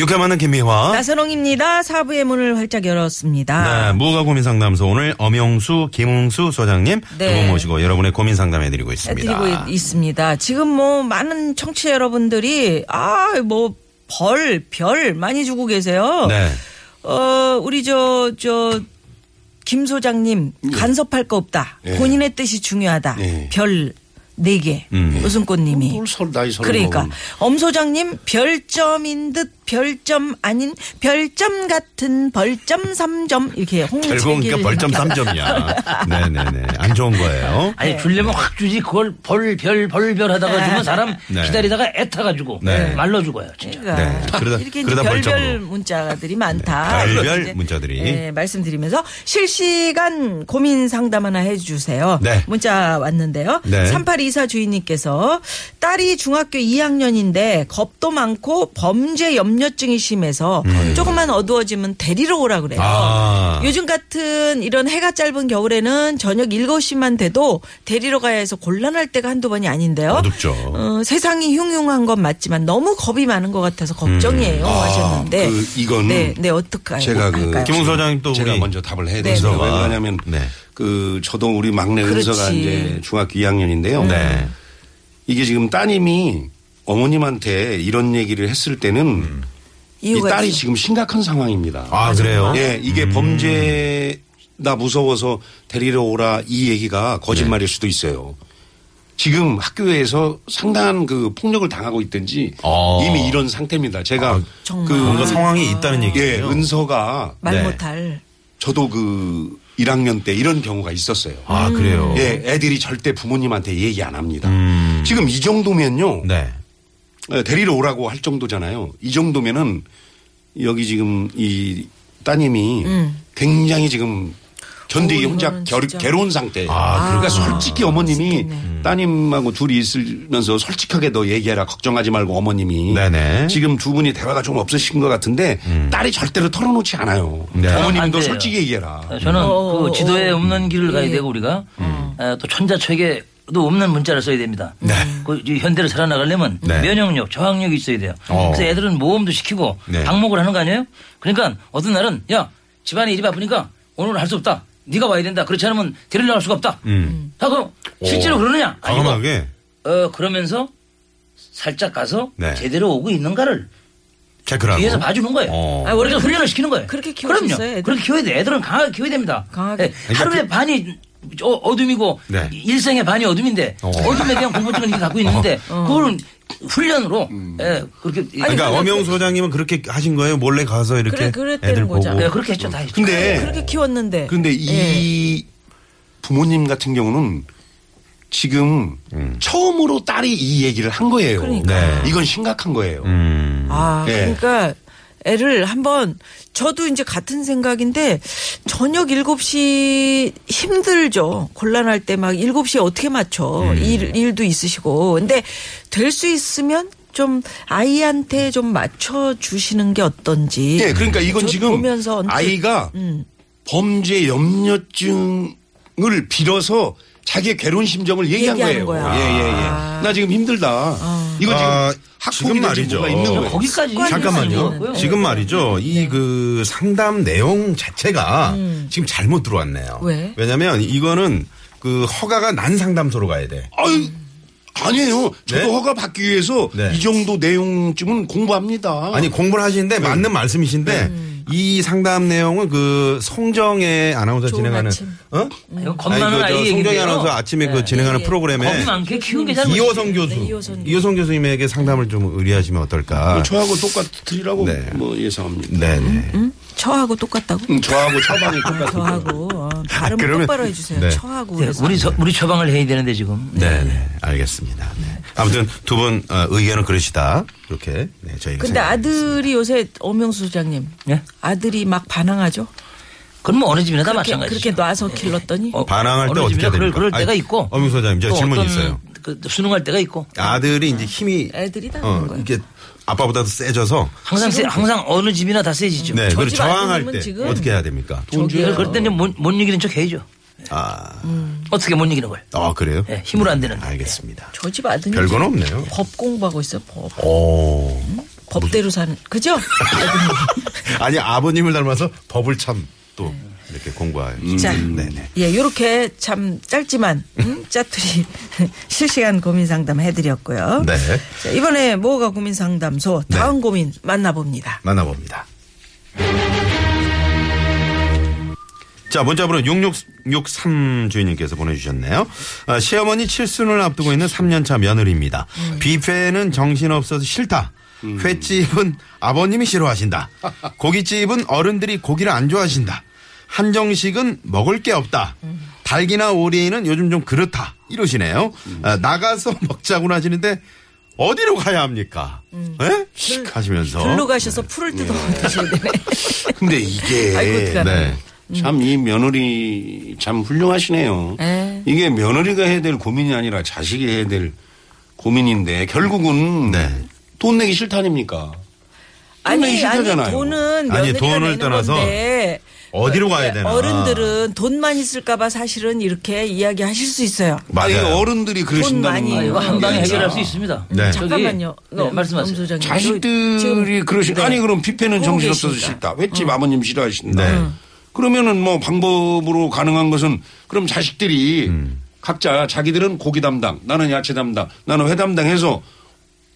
유쾌만한 김미화. 나선홍입니다. 사부의 문을 활짝 열었습니다. 어? 네, 무허가 고민 상담소 오늘 엄영수, 김웅수 소장님 네. 두 분 모시고 여러분의 고민 상담해 드리고 있습니다. 해드리고 있습니다. 지금 뭐 많은 청취자 여러분들이 아 뭐 벌, 별 많이 주고 계세요. 네. 어 우리 저 저 김 소장님 예. 간섭할 거 없다. 본인의 뜻이 중요하다. 예. 별 네 개. 음. 우승꽃님이. 뭘 서로 나이 서로 그러니까 먹으면. 엄 소장님 별점인 듯 별점 아닌 별점 같은 벌점 삼점 이렇게 홍채길 결국은 그러니까 벌점 3점이야. 네네네. 안 좋은 거예요. 네. 아니 줄려면 확 주지 그걸 벌별 벌별 하다가 주면 사람 네. 기다리다가 애타가지고 네. 말러 죽어요 진짜 그러니까 네, 그러다- 이렇게 이제 그러다 별별 벌점으로. 문자들이 많다. 네, 별별 이렇게 이제, 문자들이. 아, 예, 말씀드리면서 실시간 고민 상담 하나 해주세요. 네. 문자 왔는데요. 네. 3824 주인님께서 딸이 중학교 2학년인데 겁도 많고 범죄 염려증이 심해서 조금만 어두워지면 데리러 오라 그래요. 음. 아. 어, 요즘 같은 이런 해가 짧은 겨울에는 저녁 7시만 돼도 데리러 가야 해서 곤란할 때가 한두 번이 아닌데요. 어둡죠. 어, 세상이 흉흉한 건 맞지만 너무 겁이 많은 것 같아서 걱정이에요 아, 하셨는데 그 이거는 네, 네 어떡할까요? 제가 그 할까요? 김웅 소장님 또 제가 우리 먼저 답을 해야 네. 되죠. 왜 은서가. 그러냐면 네. 그 저도 우리 막내 그렇지. 은서가 이제 중학교 2학년인데요. 네. 이게 지금 따님이 어머님한테 이런 얘기를 했을 때는 이 이유가 딸이 있어요. 지금 심각한 상황입니다. 아, 그래요? 뭐? 예, 이게 범죄 나 무서워서 데리러 오라 이 얘기가 거짓말일 네. 수도 있어요. 지금 학교에서 상당한 그 폭력을 당하고 있든지 어. 아, 이미 이런 상태입니다. 제가 정말. 뭔가 그 상황이 있다는 예, 얘기예요. 은서가 말 네. 못할 저도 그 1학년 때 이런 경우가 있었어요. 음. 아, 그래요. 예, 애들이 절대 부모님한테 얘기 안 합니다. 음. 지금 이 정도면요. 네. 예, 데리러 오라고 할 정도잖아요. 이 정도면은 여기 지금 이 따님이 굉장히 지금 견디기 오, 혼자 이거는 결, 음. 진짜. 괴로운 상태예요. 아, 그러니까 그렇구나. 솔직히 어머님이 쉽겠네. 따님하고 둘이 있으면서 솔직하게 너 얘기해라 걱정하지 말고 어머님이 네네. 지금 두 분이 대화가 좀 없으신 것 같은데 딸이 절대로 털어놓지 않아요. 네. 안 어머님도 돼요. 솔직히 얘기해라. 저는 어, 음. 그 지도에 어, 없는 길을 가야 되고 우리가 에, 또 천자책에도 없는 문자를 써야 됩니다 그이 현대를 살아나가려면 네. 면역력 저항력이 있어야 돼요 어. 그래서 애들은 모험도 시키고 네. 방목을 하는 거 아니에요 그러니까 어떤 날은 야 집안에 일이 바쁘니까 오늘 할 수 없다 네가 와야 된다 그렇지 않으면 데리러 갈 수가 없다 음. 자 그럼 실제로 오. 그러느냐 뭐 아니고 과감하게. 어, 그러면서 살짝 가서 네. 제대로 오고 있는가를 체크라고. 뒤에서 봐주는 거예요. 어. 아, 원래 훈련을 시키는 거예요. 그렇게 키울 수 그럼요. 있어요, 애들? 그렇게 키워야 돼. 애들은 강하게 키워야 됩니다. 강하게. 예, 하루의 반이 어, 어둠이고 네. 일생의 반이 어둠인데 어. 어. 둠에 대한 공포증을 이미 갖고 있는데 그거는 훈련으로 예, 그렇게 그러니까 엄영 소장님은 그렇게 하신 거예요? 몰래 가서 이렇게 그래, 그랬다는 애들 보고. 거죠. 예, 그렇게 했죠. 다 했죠. 네. 근데 그렇게 키웠는데 네. 그런데 예. 이 부모님 같은 경우는 지금 처음으로 딸이 이 얘기를 한 거예요. 그러니까. 네. 이건 심각한 거예요. 음. 아 예. 그러니까 애를 한번 저도 이제 같은 생각인데 저녁 7시 힘들죠. 곤란할 때 막 7시에 어떻게 맞춰. 음. 일, 일도 있으시고. 근데 될 수 있으면 좀 아이한테 좀 맞춰 주시는 게 어떤지. 예, 그러니까 이건 저 지금 보면서 언뜻- 음. 아이가 범죄 염려증을 빌어서 자기의 괴로운 심정을 얘기한 얘기하는 거예요. 거야. 예, 예, 예. 아. 어. 나 지금 힘들다. 이거 지금 아, 지금 학폭이 되지 말이죠. 뭐가 있는 거예요. 거기까지 음. 잠깐만요. 지금 말이죠. 이 그 상담 내용 자체가 지금 잘못 들어왔네요. 왜? 왜냐면 이거는 그 허가가 난 상담소로 가야 돼. 아유, 아니에요. 네? 저도 허가 받기 위해서 네. 이 정도 내용쯤은 공부합니다. 아니 공부를 하시는데 맞는 말씀이신데 이 상담 내용은 그 송정의 아나운서 좋은 진행하는 아침. 어? 이거 아니, 겁나는 그 아이 저 송정의 얘기예요. 아나운서 아침에 네. 그 진행하는 겁이 프로그램에 많게 키운 게 잘못이에요. 이호성 교수 이호선 이호성 교수님에게 상담을 좀 의뢰하시면 어떨까? 뭐 저하고 똑같으리라고 아. 네. 뭐 예상합니다. 네네. 저하고 똑같다고? 음, 저하고 처방이 똑같아요. 저하고 어, 발음 그러면- 똑바로 해주세요. 네. 저하고 예, 그래서. 우리 서- 우리 처방을 해야 되는데 지금. 네, 네, 알겠습니다. 네. 아무튼 두 분 어, 의견은 그러시다. 이렇게 네, 저희가 근데 생각합니다. 아들이 요새 엄영수 소장님 예? 아들이 막 반항하죠. 그건 뭐 어느 집이나 다 그렇게, 마찬가지죠. 그렇게 놔서 길렀더니 어, 반항할 때 어느 어떻게 해야 집이나 그럴, 됩니까? 그럴 때가 아니, 있고. 엄윤 소장님, 저 또 질문이 어떤 있어요. 그 수능할 때가 있고. 아들이 이제 힘이 애들이 다 어, 그런 거예요. 이게 아빠보다도 세져서 항상 세, 항상 어느 집이나 다 세지죠. 네, 그걸 집 저항할 아이들은 때 지금 어떻게 해야 됩니까? 이걸 그럴 때는 못, 못 이기는 척 해야죠. 아, 음. 어떻게 못 이기는 걸. 아 그래요? 네, 예, 힘으로 안 되는. 알겠습니다. 저 집 아드님 별건 없네요. 법 공부하고 있어 법 오. 음? 법대로 사는 그죠? 아니 아버님을 닮아서 법을 참 또 이렇게 공부해요. 네. 자, 음, 네네. 예, 요렇게 참 짧지만 음, 짜투리 실시간 고민 상담 해드렸고요. 네. 자, 이번에 뭐가 고민 상담소 다음 고민 만나봅니다. 만나봅니다. 자, 문자번호 6663 주인님께서 보내주셨네요. 아, 시어머니 칠순을 앞두고 있는 3년차 며느리입니다. 뷔페는 정신없어서 싫다. 횟집은 아버님이 싫어하신다. 고깃집은 어른들이 고기를 안 좋아하신다. 한정식은 먹을 게 없다. 달기나 오리는 요즘 좀 그렇다. 이러시네요. 아, 나가서 먹자고 하시는데 어디로 가야 합니까? 예? 하시면서. 둘로 가셔서 네. 풀을 뜯어 예. 드셔야 되네. 근데 이게 아이고, 어떡하나. 음. 네. 참 이 며느리 참 훌륭하시네요. 에. 이게 며느리가 해야 될 고민이 아니라 자식이 해야 될 고민인데 결국은 네. 돈 내기 싫다니까. 아니, 아니, 싫다잖아요. 아니, 돈은 며느리가 돈을 내는 떠나서 건데 어디로 가야 되나. 예, 어른들은 돈만 있을까봐 사실은 이렇게 이야기하실 수 있어요. 아니, 맞아요. 어른들이 그러신다는 예. 많이 아, 이거 한 방에 해결할 수 있습니다. 네. 저기, 잠깐만요. 네, 말씀하세요. 소장님. 자식들이 그러신 아니 그럼 뷔페는 보고 정신없어서 네. 계시니까. 싫다. 횟집 아버님 싫어하신다. 네. 그러면은 뭐 방법으로 가능한 것은 그럼 자식들이 음. 각자 자기들은 고기 담당, 나는 야채 담당, 나는 회 담당해서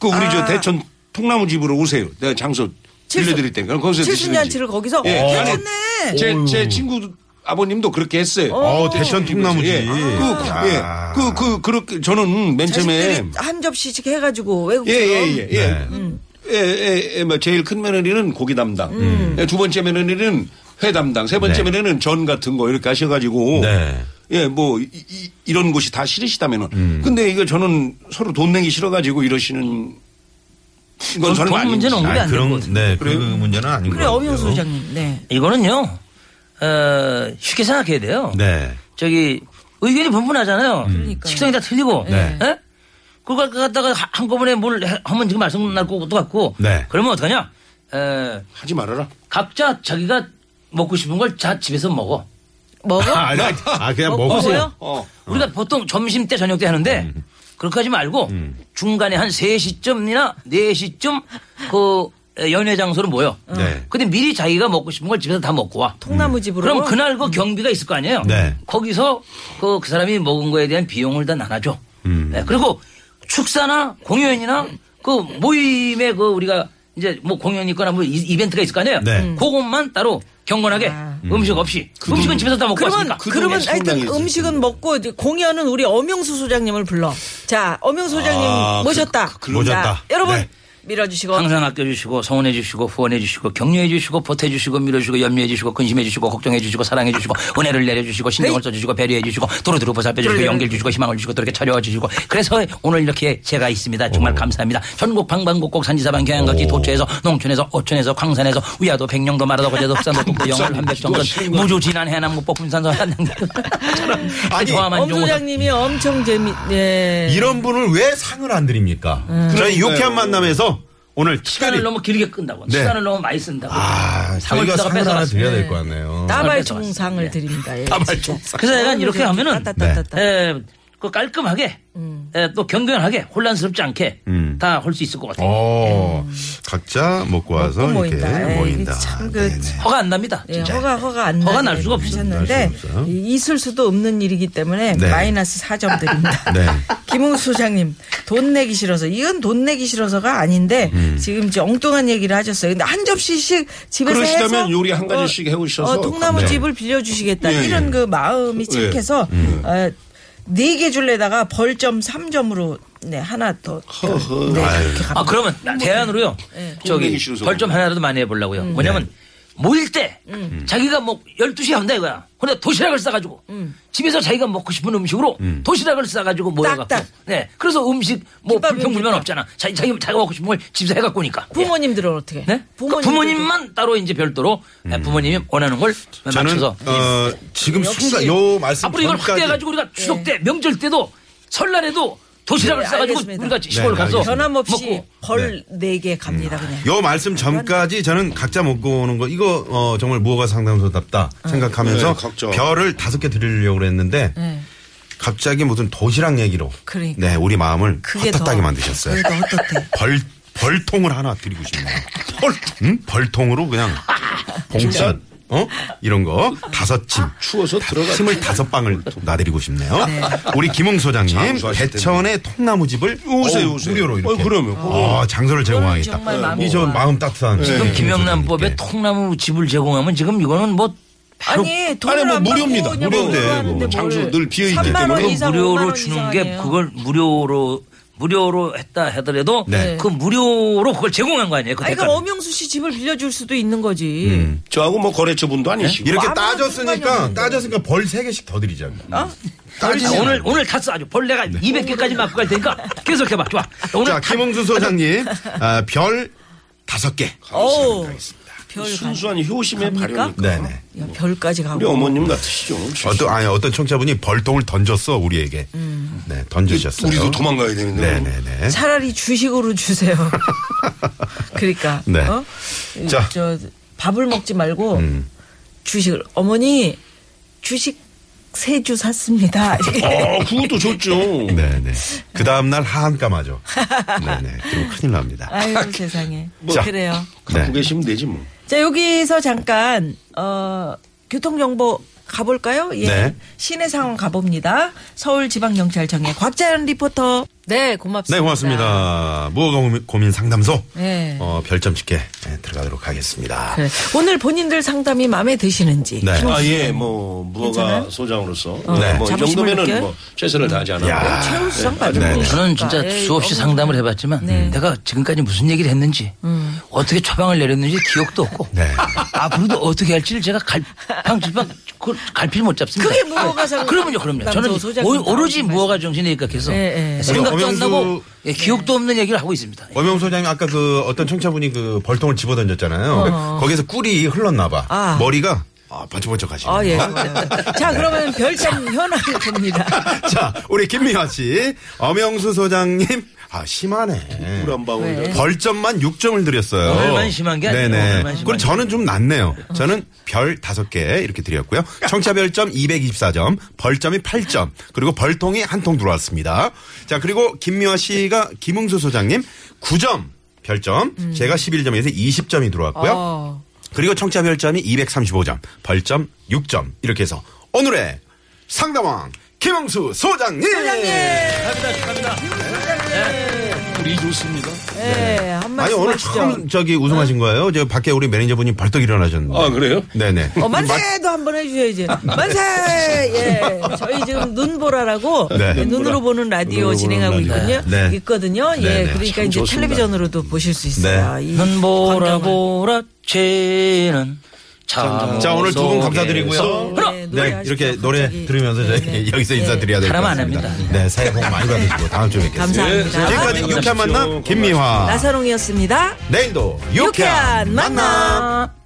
그 우리 저 대천 통나무 집으로 오세요. 내가 장소 아. 칠순- 빌려드릴 테니까 거기서 드시든지. 칠순잔치를 거기서 예, 어, 아니, 괜찮네. 제, 제 친구 아버님도 그렇게 했어요. 어, 대천 아. 통나무지. 예. 그, 예. 그, 그, 그렇게 저는 맨 처음에 자식들이 한 접시씩 해가지고 외국처럼 예예예. 예, 네. 예, 예, 예, 뭐 제일 큰 며느리는 고기 담당. 예, 두 번째 며느리는 회 담당. 세 번째 네. 며느리는 전 같은 거 이렇게 하셔가지고 네. 예, 뭐 이, 런 곳이 다 싫으시다면은. 음. 근데 이거 저는 서로 돈 내기 싫어가지고 이러시는 건 돈- 저는 돈 아닌- 문제는 아, 없는 안 되는 그런, 거죠. 네, 그 문제는 아닌 그래 것 엄영 같아요. 소장님. 음. 네. 이거는요, 어, 쉽게 생각해야 돼요. 네. 음. 저기 의견이 분분하잖아요. 식성이 다 틀리고. 네. 예? 그걸 갖다가 하- 한꺼번에 뭘 해- 하면 지금 말씀 날 것도 같고. 네. 그러면 어떡하냐? 에, 하지 말아라. 각자 자기가 먹고 싶은 걸 자 집에서 먹어. 먹어? 아, 아니, 아니, 아, 그냥 먹- 먹으세요. 음. 먹어요? 어. 우리가 보통 점심 때 저녁 때 하는데 그렇게 하지 말고 중간에 한 3시쯤이나 4시쯤 그 에, 연회 장소로 모여. 네. 근데 미리 자기가 먹고 싶은 걸 집에서 다 먹고 와. 통나무집으로. 그럼 그날 그 경비가 있을 거 아니에요. 네. 거기서 그, 그 사람이 먹은 거에 대한 비용을 다 나눠줘. 음. 네, 그리고 축사나 공연이나 그 모임에 그 우리가 이제 뭐 공연이 있거나 뭐 이- 이벤트가 있을 거 아니에요. 네. 음. 그것만 따로 경건하게 음식 없이 음식은 집에서 다 먹고 아. 그러면 왔으니까. 그 그러면 중에 하여튼 성당이지. 음식은 먹고 이제 공연은 우리 엄영수 소장님을 불러. 자, 엄영수 소장님 아, 모셨다. 그- 그- 모셨다. 자, 여러분 네. 밀어주시고 항상 아껴주시고 성원해주시고 후원해주시고 격려해주시고 보태주시고 밀어주시고 염려해주시고 근심해주시고 걱정해주시고 사랑해주시고 은혜를 내려주시고 네. 신경을 써주시고 배려해주시고 도로도로 보살펴주시고 연결 주시고 희망을 주시고 또 이렇게 차려와주시고 그래서 오늘 이렇게 제가 있습니다 정말 감사합니다 전국 방방곡곡 산지사방 경양각지 오. 도처에서 농촌에서 오촌에서 광산에서 우야도 백령도 마라도 거제도 북산도 아, 북도 영월 한백정선 무주 진안 해남 목포 군산서 한양처럼 아니, 엄 소장님이 엄청 재미. 예. 이런 분을 왜 상을 안 드립니까? 저희 그러니까요. 유쾌한 만남에서 오늘 특별히. 시간을 너무 길게 끈다고 네. 시간을 너무 많이 쓴다고 아, 상을 저희가 주다가 상을 하나 뺏어갔어요. 드려야 될 것 같네요. 따발총상을 드립니다. 예. 따발총상. 그래서 약간 이렇게 어, 하면은 네. 따따따따. 에, 그 깔끔하게 음. 에, 또 경건하게 혼란스럽지 않게 다 할 수 있을 것 같아요. 어, 각자 먹고 와서 먹고 이렇게 모인다. 에이, 모인다. 참 그- 네네. 허가 안 납니다. 예, 진짜. 허가 허가 안 허가 날 나게 수가 없어. 하셨는데 날 수가 없어요. 이- 있을 수도 없는 일이기 때문에 네. 마이너스 4점 드립니다. 네. 김웅수 소장님 돈 내기 싫어서 이건 돈 내기 싫어서가 아닌데 지금 이제 엉뚱한 얘기를 하셨어요. 근데 한 접시씩 집에서 그러시다면 해서 요리 한 가지씩 해오셔서 어, 통나무 네. 집을 빌려주시겠다 예, 예. 이런 그 마음이 예. 착해서 네 개 줄래다가 벌점 3점으로 네 하나 더 허허. 네, 아유. 그- 이렇게 갑니다. 아 그러면 대안으로요. 예. 돈 내기 저기 싫어서. 음. 벌점 하나라도 많이 해보려고요. 뭐냐면 모일 때 자기가 뭐 12시에 한다 이거야. 근데 도시락을 싸가지고 음. 집에서 자기가 먹고 싶은 음식으로 도시락을 싸가지고 모여갖고 딱딱. 네 그래서 음식 뭐 김밥이 불평불만 없으니까. 없잖아. 자기 자기 자기가 먹고 싶은 걸 집에서 해갖고 오니까. 예. 부모님들은 어떻게? 네? 부모님들도- 부모님 만 따로 이제 별도로 네, 부모님이 원하는 걸 저는 맞춰서 어, 지금 역시 순간 요 말씀 앞으로 이걸 전까지 확대해가지고 우리가 추석 때 명절 때도 설날에도 도시락을 네, 싸가지고 알겠습니다. 우리가 시골 네, 가서 변함없이 먹고 벌 네 개 갑니다 그냥. 요 말씀 전까지 저는 각자 먹고 오는 거 이거 어, 정말 무허가 상담소답다 생각하면서 네, 각자. 별을 다섯 개 드리려고 그랬는데 갑자기 무슨 도시락 얘기로 네. 그러니까. 네 우리 마음을 그게 더 헛헛하게 만드셨어요. 그게 더 헛헛해. 벌 벌통을 하나 드리고 싶네요. 벌 벌통으로 그냥 봉선 어 이런 거 다섯 침 아, 추워서 들어가. 침을 다섯 방을 놔드리고 싶네요. 우리 김웅 소장님 장수하실 대천의 통나무집을 오세요, 어우, 오세요. 무료로 이렇게 어, 그럼요. 아, 장소를 제공하겠다. 정말 마음이 이전 좋아. 마음 따뜻한 지금 우리 김 네, 김영란법에 네. 소장님께. 통나무 집을 제공하면 지금 이거는 뭐 바로 아니 돈을 뭐 안 무료입니다. 받고 그냥 무료인데 먹으러 뭐. 하는데 장소 뭘 늘 비어있기 3만 원 때문에. 이상, 5만 무료로 원 주는 게 이상이에요. 그걸 무료로 무료로 했다 하더라도 네. 그 무료로 그걸 제공한 거 아니에요? 그 아니 대가 그럼 엄영수 씨 집을 빌려줄 수도 있는 거지. 음. 저하고 뭐 거래처 분도 음. 아니시고. 네? 이렇게 아무런 상관이 따졌으니까 없는데. 따졌으니까 벌 세 개씩 더 드리자고. 따지지 아, 오늘 네. 않아요. 오늘 탔어 아주 벌레가 200개까지 맞고 갈 테니까 계속 해봐 좋아 오늘 자 다- 김홍수 소장님 아, 별 다섯 개. 어우, 별 순수한 효심의 발현이니까. 네네. 가- 야, 별까지 우리 가고. 어머님 같으시죠. 어떤 아니 어떤 청자분이 벌통을 던졌어 우리에게. 네 던지셨어요. 우리도 도망가야 되는데. 네네네. 차라리 주식으로 주세요. 그러니까 네. 어? 자. 저 밥을 먹지 말고 주식을 어머니 주식 세 주 샀습니다. 아, 그것도 좋죠. 네네. 그 다음 날 하한가마죠. 네네. 그럼 큰일 납니다. 아유 세상에. 자. 그래요. 네. 갖고 계시면 되지 뭐. 자 여기서 잠깐 어, 교통 정보 가볼까요? 예. 네. 시내 상황 가봅니다. 서울지방경찰청의 곽자연 리포터. 네 고맙습니다. 네 고맙습니다. 무허가 고민, 고민 상담소. 네. 어 별점 집게 네, 들어가도록 하겠습니다. 그래. 오늘 본인들 상담이 마음에 드시는지. 네. 아, 예, 뭐, 무허가 괜찮아요? 어. 소장으로서. 네. 뭐, 이 자부심을 정도면은 느껴요? 뭐, 최선을 다하지 야. 않았나. 어, 최우수상 받은 네, 네. 거니까. 저는 진짜 그러니까. 에이, 수없이 너무 네. 상담을 해봤지만 내가 지금까지 무슨 얘기를 했는지 음. 어떻게 처방을 내렸는지 기억도 없고 네. 앞으로도 어떻게 할지를 제가 갈팡질팡 그걸 갈피를 못 잡습니다. 아, 그게 무허가 상- 그럼요, 그럼요. 저는 남소 소장님 오, 로지 나오신 무허가 정신에 입각해서 예, 예. 생각도 안 엄영수- 어, 나고 예, 기억도 네. 없는 얘기를 하고 있습니다. 엄영 소장님 아까 그 어떤 청자분이 그 벌통을 집어던졌잖아요. 거기서 꿀이 흘렀나 봐. 아. 머리가 아, 번쩍번쩍 하시네. 네. 아, 예. 자, 그러면 별점 현황을 봅니다. 자, 우리 김미화 씨, 엄영수 소장님, 아 심하네. 물한 방울. 벌점만 6점을 드렸어요. 오늘만 심한 게 아니에요. 네네. 오늘만 심한 그리고 게 저는 좀 낫네요. 저는 별 5개 이렇게 드렸고요. 청차별점 224점, 벌점이 8점, 그리고 벌통이 한 통 들어왔습니다. 자, 그리고 김미화 씨가 김웅수 소장님 9점 별점, 제가 11점에서 20점이 음. 들어왔고요. 어. 그리고 청차별점이 235점, 벌점 6점 이렇게 해서 오늘의 상담왕 김웅수 소장님! 네. 우리 좋습니다. 예, 한 네. 아니 말씀 오늘 하시죠. 처음 저기 우승하신 거예요? 저 밖에 우리 매니저분이 벌떡 일어나셨는데. 아, 그래요? 네네. 어, 만세도 한번 해주셔야지. 만세! 예. 저희 지금 눈보라라고 예, 네. 눈으로 보는 라디오 눈으로 진행하고 보는 라디오. 있거든요. 네. 있거든요. 네, 예. 네. 그러니까 참 이제 좋습니다. 네. 텔레비전으로도 보실 수 있어요. 이 눈보라 광경을. 보라 채는 참. 자 오늘 두 분 감사드리고요. 어, 네, 네, 노래하시죠, 이렇게 갑자기. 노래 들으면서 저희 네, 네. 여기서 인사드려야 될 것 사람 안 같습니다. 합니다. 네 새해 복 많이 받으시고 다음 주에 뵙겠습니다. 감사합니다. 지금까지 네. 유쾌한 만남 김미화. 나선홍이었습니다. 내일도 유쾌한 만남.